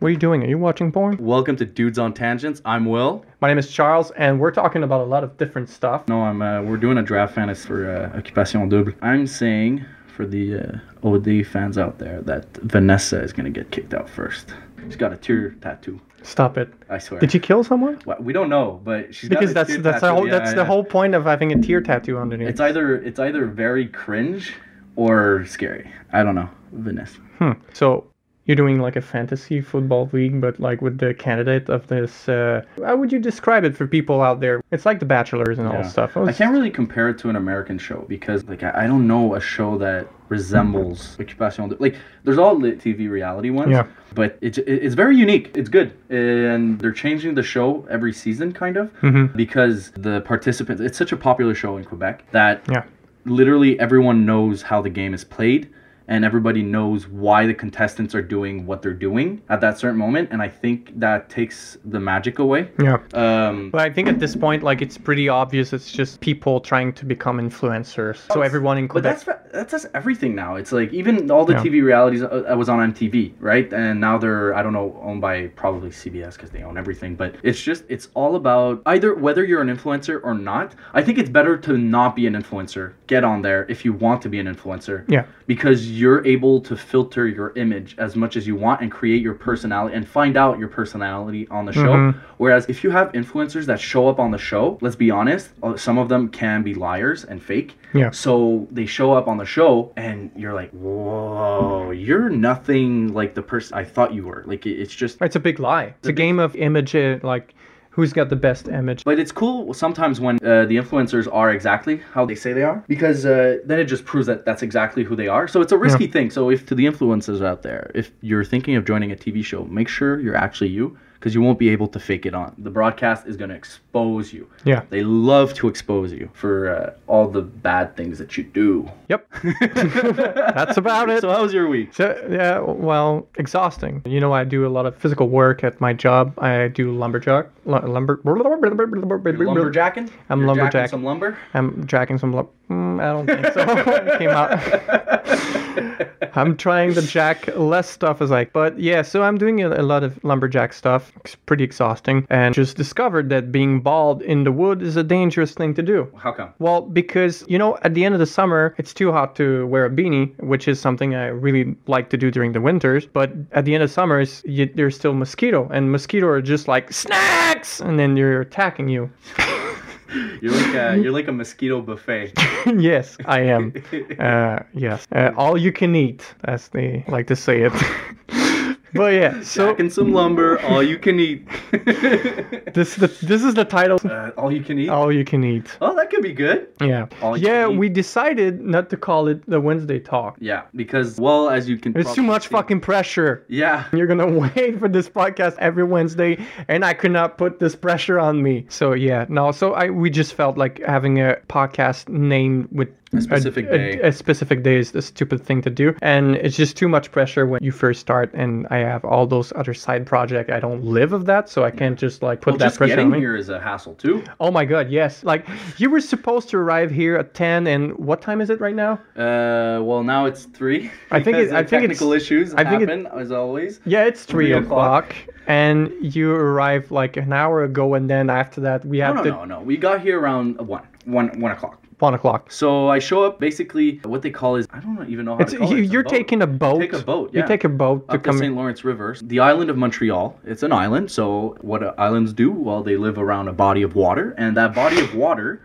What are you doing? Are you watching porn? Welcome to Dudes on Tangents. I'm Will. My name is Charles, and we're talking about a lot of different stuff. No, I'm. Uh, we're doing a draft fantasy for uh, Occupation Double. I'm saying for the uh, OD fans out there that Vanessa is gonna get kicked out first. She's got a tear tattoo. Stop it. I swear. Did she kill someone? Well, We don't know, but she's Because got a that's tear that's the tattoo. whole Yeah, that's yeah. the whole point of having a tear tattoo underneath. It's either it's either very cringe or scary. I don't know. Vanessa. Hmm. So you're doing like a fantasy football league, but like with the candidate of this. Uh, how would you describe it for people out there? It's like The Bachelors and all Yeah. this stuff. I can't really compare it to an American show because like I, I don't know a show that resembles Occupation Double. Like there's all the TV reality ones, Yeah. but it, it, it's very unique. It's good, and they're changing the show every season, kind of, Mhm. because the participants. It's such a popular show in Quebec that Yeah. literally everyone knows how the game is played. And everybody knows why the contestants are doing what they're doing at that certain moment, and I think that takes the magic away. Yeah. Um, But I think at this point, like it's pretty obvious. It's just people trying to become influencers. So everyone in But Quebec. that's that's just everything now. It's like even all the Yeah. TV realities uh, I was on MTV, right? And now they're I don't know owned by probably CBS because they own everything. But it's just it's all about either whether you're an influencer or not. I think it's better to not be an influencer. Get on there if you want to be an influencer. Yeah. Because you're able to filter your image as much as you want and create your personality and find out your personality on the show. Mhm. Whereas if you have influencers that show up on the show, let's be honest, uh, some of them can be liars and fake. Yeah. So they show up on the show, and you're like, "Whoa, you're nothing like the person I thought you were." Like it, it's just, It's a big lie. It's a game of image, uh, like who's got the best image. but it's cool sometimes when uh, the influencers are exactly how they say they are, because uh, then it just proves that that's exactly who they are. So it's a risky thing. So if to the influencers out there, if you're thinking of joining a TV show, make sure you're actually you, because you won't be able to fake it on. The broadcast is going to expose you. Yeah. They love to expose you for uh, all the bad things that you do. Yep. That's about it. So how was your week? So, yeah, well, exhausting. You know, I do a lot of physical work at my job. I do lumberjack, lu- lumber, lumberjacking? I'm You're jacking lumberjack. Some lumber. I'm jacking some. Lump- mm, I don't think so. It Came out. I'm trying to jack less stuff as I. But yeah, so I'm doing a, a lot of lumberjack stuff. It's pretty exhausting, and just discovered that being bald in the wood is a dangerous thing to do. How come? Well, because you know, at the end of the summer, it's too hot to wear a beanie, which is something I really like to do during the winters. But at the end of summers, you, there's still mosquito, and mosquito are just like snacks, and then you're attacking you. You're like a, you're like a mosquito buffet. yes, I am. Uh, yes, uh, all you can eat, as they like to say it. but yeah, so Jacking some lumber, all you can eat. this is the, this is the title. uh, all you can eat. All you can eat. Oh, that could be good. Yeah. All you Yeah, can eat. we decided not to call it the Wednesday talk. Yeah, because well, as you can. It's too probably much see- fucking pressure. Yeah. You're gonna wait for this podcast every Wednesday, and I could not put this pressure on me. So yeah, no. So I we just felt like having a podcast named with a specific a- day. A, specific day is the stupid thing to do, and it's just too much pressure when you first start. And I have all those other side projects. I don't live of that, so I can't just like put Well, that just pressure on getting me. here is a hassle too. Oh my god, yes! Like you were supposed to arrive here at ten, and what time is it right now? Uh, well, now it's three. I think because it- I the think it's- technical issues I think it- happen as always. Yeah, it's three, Three o'clock. o'clock. and you arrived like an hour ago, and then after that we have No, no, to no, no. We got here around one, one, one o'clock. one o'clock. So I show up basically what they call is I don't even know how It's, to call you, it. It's you're boat. taking a boat. Take a boat, You yeah. take a boat to up the come. St. in. Lawrence River, the island of Montreal. It's an island, so what do islands do? Well, they live around a body of water, and that body of water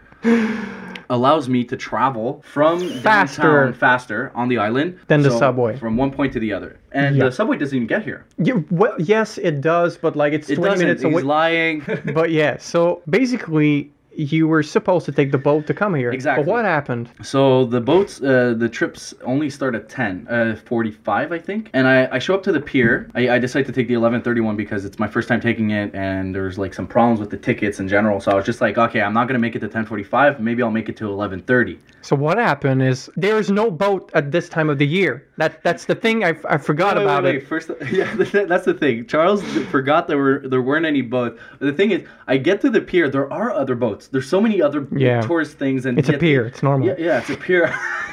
allows me to travel from Faster. downtown faster on the island Than the subway. from one point to the other. And Yeah. the subway doesn't even get here. You, well, yes, it does, but like it's It 20 doesn't. minutes He's away. lying. But yeah, so basically, you were supposed to take the boat to come here. Exactly. But what happened? So the boats, uh, the trips only start at 10, uh, 45, I think. And I, I show up to the pier. I, I decide to take the 1131 because it's my first time taking it and there's like some problems with the tickets in general. So I was just like, okay, I'm not going to make it to 1045. Maybe I'll make it to 1130. So what happened is there is no boat at this time of the year. That that's the thing I, I forgot Wait, wait, about wait, it. First, yeah, that's the thing. Charles forgot there were there weren't any boats. The thing is, I get to the pier. There are other boats. There's so many other Yeah. tourist things and It's a yet- pier. It's normal. Yeah, yeah, it's a pier.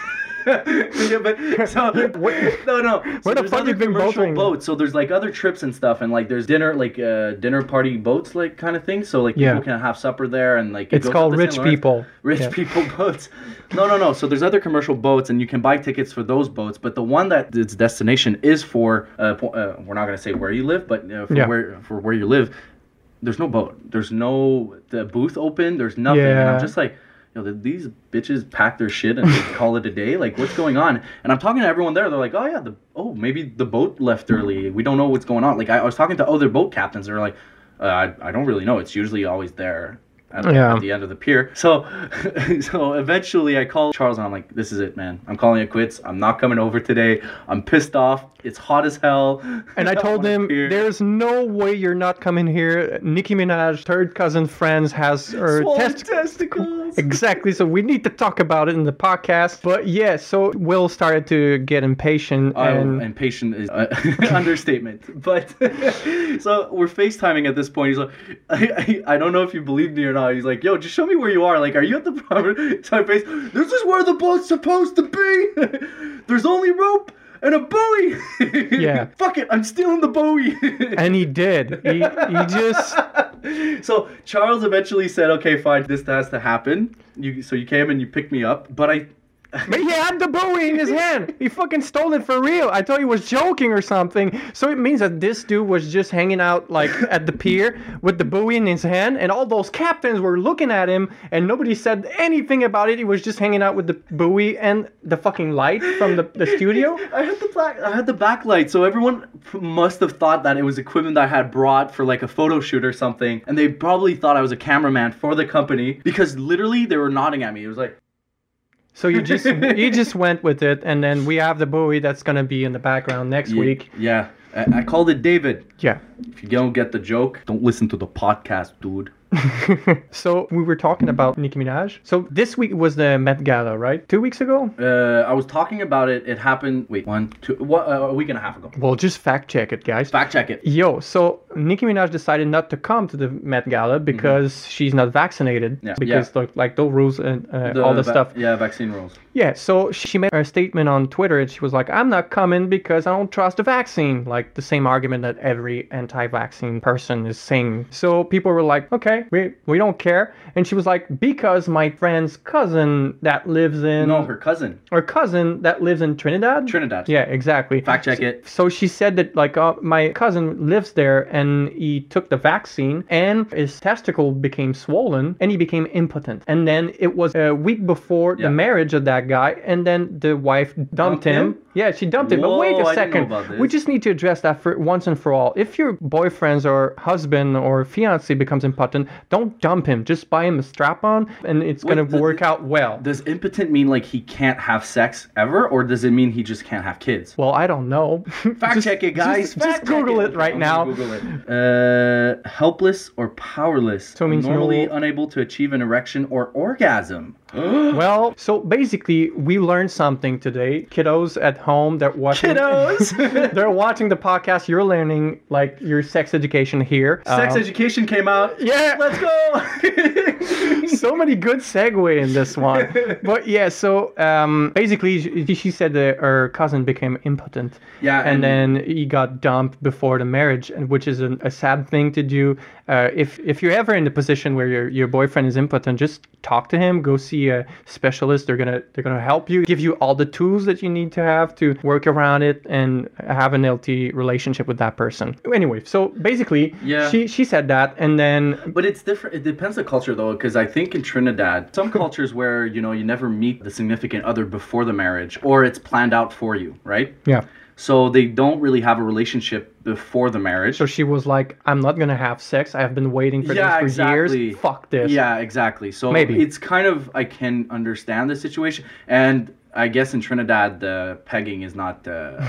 yeah, but so no, no. So Where the there's fuck other you been commercial boating? boats? So there's like other trips and stuff, and like there's dinner, like uh, dinner party boats, like kind of thing. So like Yeah. people can have supper there, and like it It's goes called up the St. rich Lawrence. people. Rich Yeah. people boats. No, no, no. So there's other commercial boats, and you can buy tickets for those boats. But the one that its destination is for, uh, po- uh, we're not gonna say where you live, but uh, for Yeah. where for where you live, there's no boat. There's no the booth open. There's nothing. And Yeah. I'm just like, you know, did these bitches pack their shit and just call it a day? Like, what's going on? And I'm talking to everyone there. They're like, oh yeah, the oh maybe the boat left early. We don't know what's going on. Like I, I was talking to other boat captains. They're like, uh, I I don't really know. It's usually always there. At, Yeah. at the end of the pier. So, so eventually I call Charles and I'm like, "This is it, man. I'm calling it quits. I'm not coming over today. I'm pissed off. It's hot as hell." And I told want a him, beer." "There's no way you're not coming here. Nicki Minaj, third cousin friends, has her Swollen test testicles. exactly. So we need to talk about it in the podcast. But yeah, so Will started to get impatient, Oh, and and, patient is uh, understatement. But so we're FaceTiming at this point. He's like, I, I, I don't know if you believe me or not. He's like, yo, just show me where you are. Like, are you at the property? So I face, this is where the boat's supposed to be. There's only rope and a buoy. Yeah. Fuck it, I'm stealing the buoy. and he did. He he just so Charles eventually said, okay, fine, this has to happen. You, so you came and you picked me up. But I, But he had the buoy in his hand. He fucking stole it for real. I thought he was joking or something. So it means that this dude was just hanging out like at the pier with the buoy in his hand, and all those captains were looking at him, and nobody said anything about it. He was just hanging out with the buoy and the fucking light from the, the studio. I had the black. I had the backlight, so everyone must have thought that it was equipment that I had brought for like a photo shoot or something, and they probably thought I was a cameraman for the company because literally they were nodding at me. It was like, So you just you just went with it, and then we have the buoy that's gonna be in the background next "Ye- week. yeah. I, I called it David. Yeah. If you don't get the joke, don't listen to the podcast, dude. so we were talking about Nicki Minaj. So this week was the Met Gala, right? Two weeks ago. Uh, I was talking about it. It happened. Wait, one, two, what, uh, a week and a half ago. Well, just fact check it, guys. Fact check it. Yo, so Nicki Minaj decided not to come to the Met Gala because she's not vaccinated. Mm-hmm. Yeah. Because Like, like those rules and uh, all the va- stuff. Yeah, vaccine rules. Yeah. So she made a statement on Twitter and she was like, "I'm not coming because I don't trust the vaccine." Like the same argument that every anti-vaccine person is saying. So people were like, "Okay, we we don't care." And she was like, "Because my friend's cousin that lives in No, her cousin, or cousin that lives in Trinidad." Trinidad. yeah, exactly. Fact check it. So she said that like uh, my cousin lives there and he took the vaccine and his testicle became swollen and he became impotent. And then it was a week before Yeah. the marriage of that guy and then the wife dumped, Dumped him. him? Yeah, she dumped him. But Whoa, wait I a didn't know second. about this. We just need to address that for once and for all. If your boyfriend's or husband or fiance becomes impotent, don't dump him. Just buy him a strap on and it's Wait, going to the- work out well. Does impotent mean like he can't have sex ever, or does it mean he just can't have kids? well, I don't know. Fact Just- check it, guys. Just, just Fact check Google it right I'm now. gonna Google it. Uh, helpless or powerless. So it means normally no- unable to achieve an erection or orgasm. Well, so basically, we learned something today. Kiddos at home, they're watching. Kiddos! they're watching the podcast. You're learning like your sex education here. Sex Um, education came out. yeah. Let's go. so many good segue in this one. But yeah, so um, basically, she, she said that her cousin became impotent. Yeah, And, and- then he got dumped before the marriage, and which is an, a sad thing to do. Uh, if if you're ever in the position where your your boyfriend is impotent, just talk to him. Go see a specialist. They're gonna they're gonna help you, give you all the tools that you need to have to work around it and have an healthy relationship with that person. Anyway, so basically, Yeah. she she said that, and then But it's different. It depends on culture, though, because I think in Trinidad, some cultures where you know you never meet the significant other before the marriage, or it's planned out for you, right? yeah. So they don't really have a relationship before the marriage. So she was like, "I'm not gonna have sex. I have been waiting for Yeah, this for exactly. years. Fuck this." Yeah, exactly. So Maybe. it's kind of I can understand the situation, and I guess in Trinidad the pegging is not uh,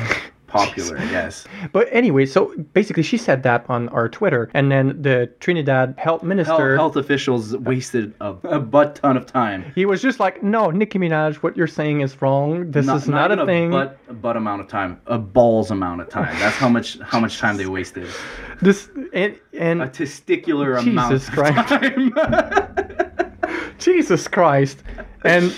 popular. I guess But anyway, so basically, she said that on our Twitter, and then the Trinidad health health, minister. health officials wasted a, a butt ton of time. He was just like, no, Nicki Minaj, what you're saying is wrong. This is not, even a thing. butt, a butt amount of time, a balls amount of time. That's how much how much time they wasted. This and and A testicular amount Jesus of Christ. time. Jesus Christ, and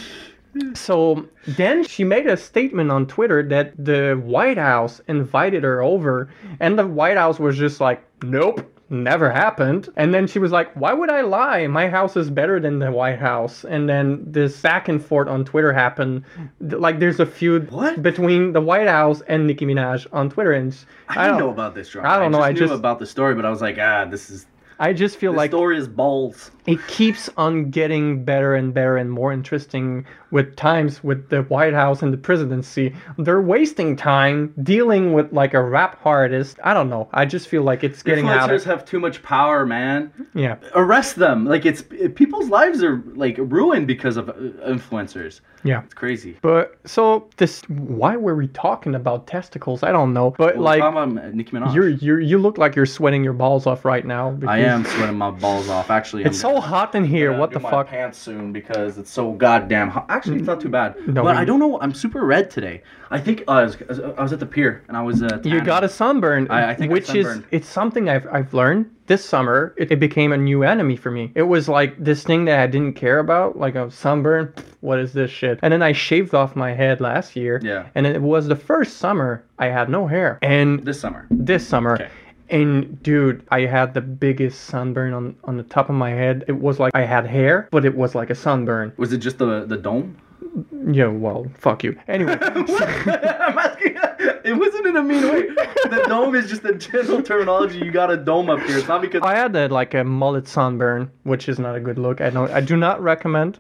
So then she made a statement on Twitter that the White House invited her over, and the White House was just like, nope. Never happened. And then she was like, Why would I lie? My house is better than the White House. And then this back and forth on Twitter happened. Th- Like, there's a feud What? between the White House and Nicki Minaj on Twitter. And s- I don't- didn't know about this drama. I don't know, I knew just- about the story, but I was like, ah, this is I just feel the like story is balls. it keeps on getting better and better and more interesting with times with the White House and the presidency. They're wasting time dealing with like a rap artist. I don't know. I just feel like it's getting out Influencers of have too much power, man. yeah. Arrest them. Like it's people's lives are like ruined because of uh, influencers. Yeah. It's crazy. But so this why were we talking about testicles? I don't know. But Well, like talking about Nicki Minaj. you're you are you look like you're sweating your balls off right now because I am sweating my balls off. Actually, It's so hot in here. gonna what do the my fuck? Pants soon because it's so goddamn hot. Actually, it's not too bad. Mm. No, but we- I don't know. I'm super red today. I think uh, I, was, I was at the pier and I was. Uh, You tanning. got a sunburn, I- I think I which is sunburned. it's something I've I've learned this summer. It, it became a new enemy for me. It was like this thing that I didn't care about, like a sunburn. Pfft, What is this shit? And then I shaved off my head last year. Yeah. And it was the first summer I had no hair, and this summer. this summer. Okay. And dude, I had the biggest sunburn on on the top of my head. It was like I had hair, but it was like a sunburn. Was it just the the dome? Yeah, well, fuck you. Anyway, I'm asking. It wasn't in a mean way. The dome is just the general terminology. You got a dome up here. It's not because. I had a, like a mullet sunburn, which is not a good look. I don't. I do not recommend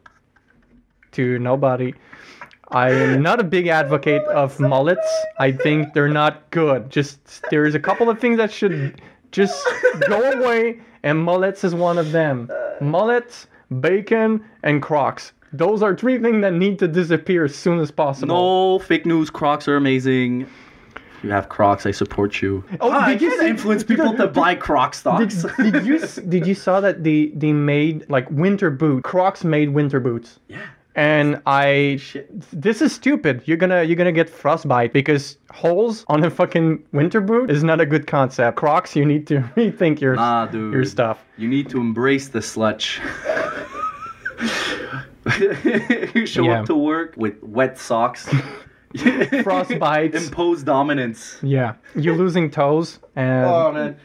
to nobody. I am not a big advocate of mullets. I think they're not good. Just there's a couple of things that should just go away, and mullets is one of them. Mullets, bacon, and Crocs. Those are three things that need to disappear as soon as possible. No fake news. Crocs are amazing. You have Crocs. I support you. Oh, Ah, I did you can't see- influence people to buy Croc Did, stocks? did you s- did you saw that they they made like winter boot Crocs made winter boots. yeah. and I this is stupid. You're gonna you're gonna get frostbite because holes on a fucking winter boot is not a good concept. Crocs, you need to rethink your Ah, dude. your stuff. You need to embrace the slutch. you show Yeah. up to work with wet socks. Frostbites. Impose dominance. Yeah, you're losing tows and Oh man.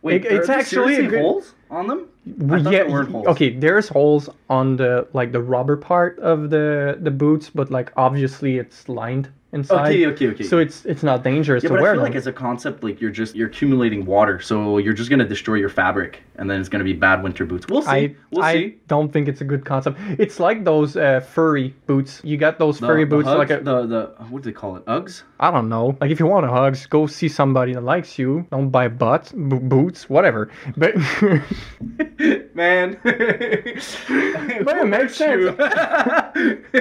Wait, It- it's are there actually a seriously good- holes on them? Well, I thought yeah, there weren't holes. okay. There's holes on the like the rubber part of the the boots, but like obviously it's lined inside. Okay, okay, okay. So it's it's not dangerous yeah, to but I wear feel them. like as a concept, like you're just you're accumulating water, so you're just gonna destroy your fabric, and then it's gonna be bad winter boots. We'll see. I we'll I see. don't think it's a good concept. It's like those uh, furry boots. You got those The- furry the boots, like Uggs- a, the the what do they call it? Uggs. I don't know. Like if you want a hug, just go see somebody that likes you. Don't buy butts, b- boots, whatever. But Man. but it makes sense.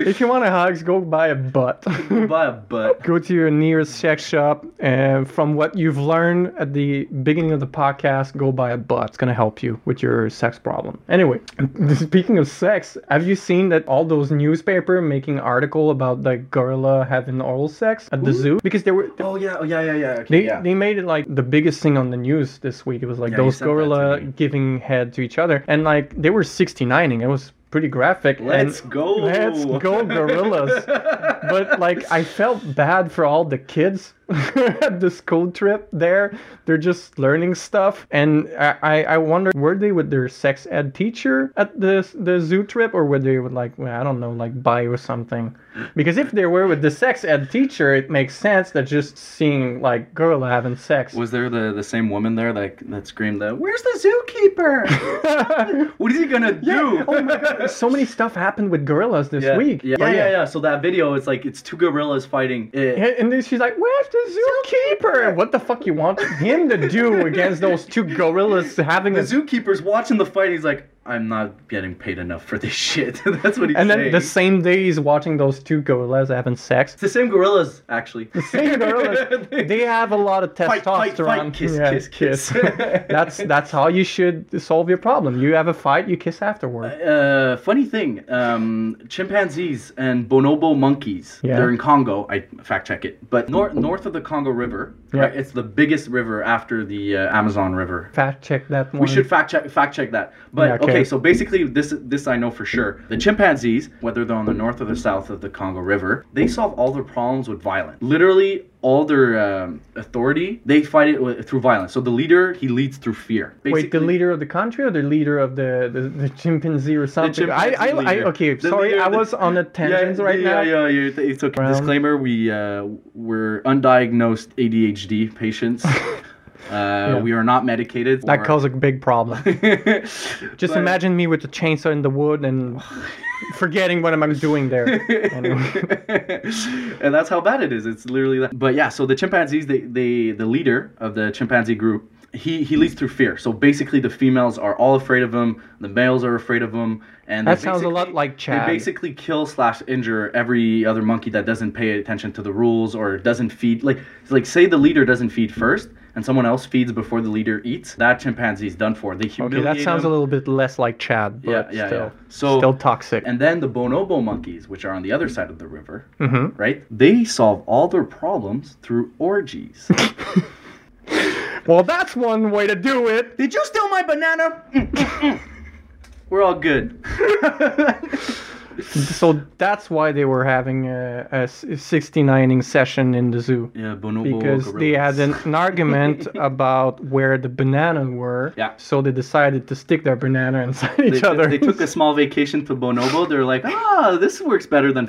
If you want a hug, go buy a butt. Buy a butt. go to your nearest sex shop, and from what you've learned at the beginning of the podcast, go buy a butt. It's gonna help you with your sex problem. Anyway, speaking of sex, have you seen that all those newspaper making article about the gorilla having oral sex at the zoo? Because there were Oh yeah, oh yeah, yeah, yeah. Okay, They, yeah. they made it like the biggest thing on the news this week. It was like Yeah, you those sent that to gorilla me. giving head to each other, and like they were 69ing. It was pretty graphic. and- Let's go. Let's go, gorillas. but like I felt bad for all the kids at the school trip there. They're just learning stuff, and I, I I wonder were they with their sex ed teacher at the the zoo trip, or were they with like well, I don't know like bio or something? Because if they were with the sex ed teacher, it makes sense that just seeing like gorilla having sex. Was there the, the same woman there that that screamed that? Where's the zookeeper? what is he gonna do? Yeah. Oh my god! So many stuff happened with gorillas this yeah. week. Yeah, Oh, yeah, yeah, yeah. So that video, it's like it's two gorillas fighting. Eh. And and then she's like, "Where's the zookeeper? What the fuck you want him to do against those two gorillas having The a zookeeper's watching the fight. He's like, I'm not getting paid enough for this shit. That's what he's And then saying. the same day he's watching those two gorillas having sex. It's the same gorillas, actually. The Same gorillas, they have a lot of testosterone. Fight, fight, fight, kiss, Yeah, kiss, kiss. that's that's how you should solve your problem. You have a fight, you kiss afterward. Uh, funny thing, um, chimpanzees and bonobo monkeys. Yeah. They're in Congo. I fact check it, but north north of the Congo River, Right. It's the biggest river after the uh, Amazon River. Fact check that one. We should fact check fact check that. But Yeah, okay. okay. so basically this this I know for sure. The chimpanzees, whether they're on the north or the south of the Congo River, they solve all their problems with violence. Literally all their um, authority, they fight it with, through violence. So the leader, he leads through fear. Wait, the Basically, leader of the country or the leader of the, the, the chimpanzee or something? I, chimpanzee I, I leader. okay. The sorry, leader I of the- was on a tangent yeah, right yeah, now. Yeah, yeah, yeah. It's okay. Round. Disclaimer: We uh, we're undiagnosed ADHD patients. uh, We are not medicated. That or- caused a big problem. Just But- imagine me with the chainsaw in the wood and forgetting what I'm doing there. Anyway. and that's how bad it is. It's literally that. But yeah, so the chimpanzees, they, they the leader of the chimpanzee group, he he leads through fear. So basically, the females are all afraid of him. The males are afraid of him. And they That sounds a lot basically- like Chad. They basically kill slash injure every other monkey that doesn't pay attention to the rules or doesn't feed. Like like say the leader doesn't feed first. And someone else feeds before the leader eats. That chimpanzee's done for. They Okay, humiliate that sounds him. a little bit less like Chad, but Yeah, yeah, still, yeah. So- still toxic. And then the bonobo monkeys, which are on the other side of the river, Mhm. right? They solve all their problems through orgies. Well, that's one way to do it. Did you steal my banana? Mm, mm, mm. We're all good. So that's why they were having a, a s- 69ing session in the zoo. yeah, bonobo Because they had gorillas. an, an argument about where the banana were, Yeah. so they decided to stick their banana inside each They took- other. They took a small vacation to Bonobo. They're like, ah, this works better than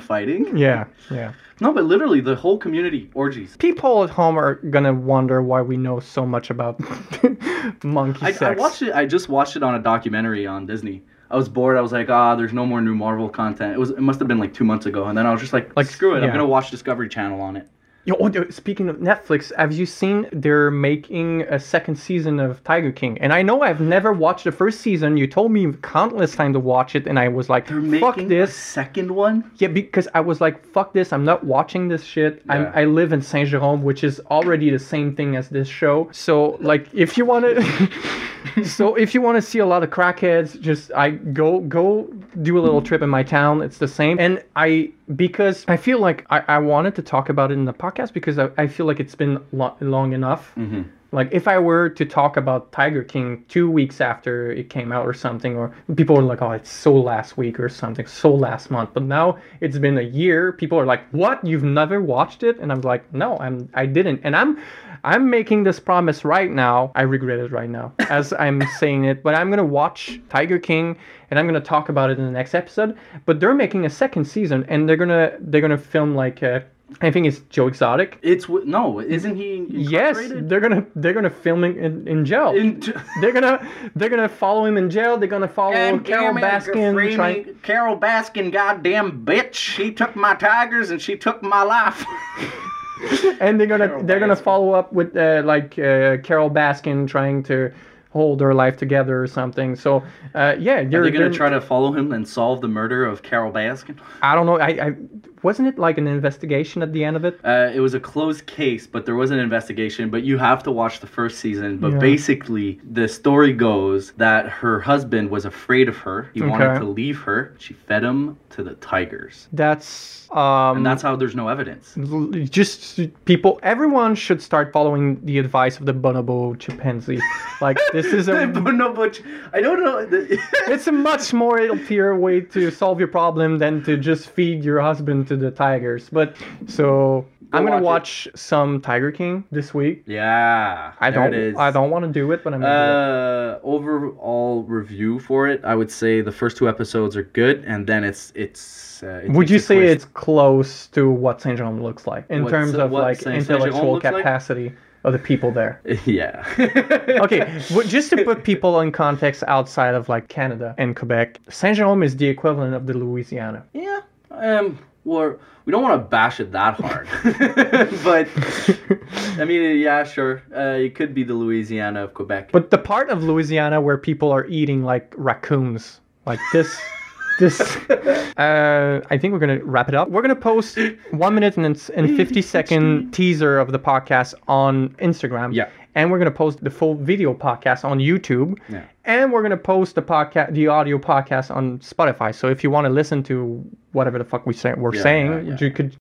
fighting. yeah, yeah. No, but literally, the whole community orgies. People at home are gonna wonder why we know so much about monkey I, sex. I watched it. I just watched it on a documentary on Disney. I was bored. I was like, ah, there's no more new Marvel content. It was. It must have been like two months ago. And then I was just like, Like, screw it. I'm yeah. gonna watch Discovery Channel on it. Yo, oh, dude, speaking of Netflix, have you seen they're making a second season of Tiger King? And I know I've never watched the first season. You told me countless times to watch it, and I was like, They're making "Fuck a this." second one. Yeah, because I was like, "Fuck this! I'm not watching this shit." Yeah. I'm, I live in Saint Jerome, which is already the same thing as this show. So, like, if you want to, so if you want to see a lot of crackheads, just I go go do a little trip in my town. It's the same, and I because I feel like I, I wanted to talk about it in the podcast because I, I feel like it's been lo- long enough. Like if I were to talk about Tiger King two weeks after it came out or something, or people were like, "Oh, it's so last week" or something, so last month. But now it's been a year. People are like, "What? You've never watched it?" And I'm like, "No, I'm I didn't." And I'm I'm making this promise right now. I regret it right now as I'm saying it, but I'm gonna watch Tiger King and I'm gonna talk about it in the next episode. But they're making a second season and they're gonna they're gonna film like uh, I think it's Joe Exotic. It's wi- no, isn't he? Yes, incarcerated? they're gonna they're gonna film him in, in jail. In- they're gonna they're gonna follow him in jail. They're gonna follow God Carol damn it, free Baskin. me. Trying, Carol Baskin, goddamn bitch! She took my tigers and she took my life. and they're gonna Carol they're gonna Baskin. follow up with uh, like uh, Carol Baskin trying to hold their life together or something. So uh, yeah, they're, Are they gonna they're- try to follow him and solve the murder of Carol Baskin? I don't know. I, I wasn't it like an investigation at the end of it. Uh, it was a closed case, but there was an investigation. But you have to watch the first season. But Yeah. basically, the story goes that her husband was afraid of her. He wanted Okay. to leave her. She fed him to the tigers, That's um. and that's how there's no evidence. l- just people everyone should start following the advice of the bonobo chimpanzee like this is a no, but I don't know. the- it's a much more healthier way to solve your problem than to just feed your husband to the tigers. But so I'm gonna watch watch some Tiger King this week. yeah, I there It don't is. I don't want to do it, but I'm gonna Uh, overall review for it, I would say the first two episodes are good, and then it's it's. Uh, it do it. Would takes you a say twist. it's close to what Saint John looks like in What terms Sa- of what like Saint- Saint John intellectual looks like? capacity of the people there? Yeah. Okay, well, just to put people in context outside of like Canada and Quebec, Saint Jerome is the equivalent of the Louisiana. Yeah. Um. Well, we don't want to bash it that hard, but I mean, yeah, sure. Uh, it could be the Louisiana of Quebec. But the part of Louisiana where people are eating like raccoons, like this, this. Uh, I think we're gonna wrap it up. We're gonna post one minute and, and fifty second teaser of the podcast on Instagram. Yeah. And we're gonna post the full video podcast on YouTube. Yeah. And we're gonna post the podcast, the audio podcast on Spotify. So if you want to listen to whatever the fuck we say, we're Yeah, saying, yeah, yeah. you could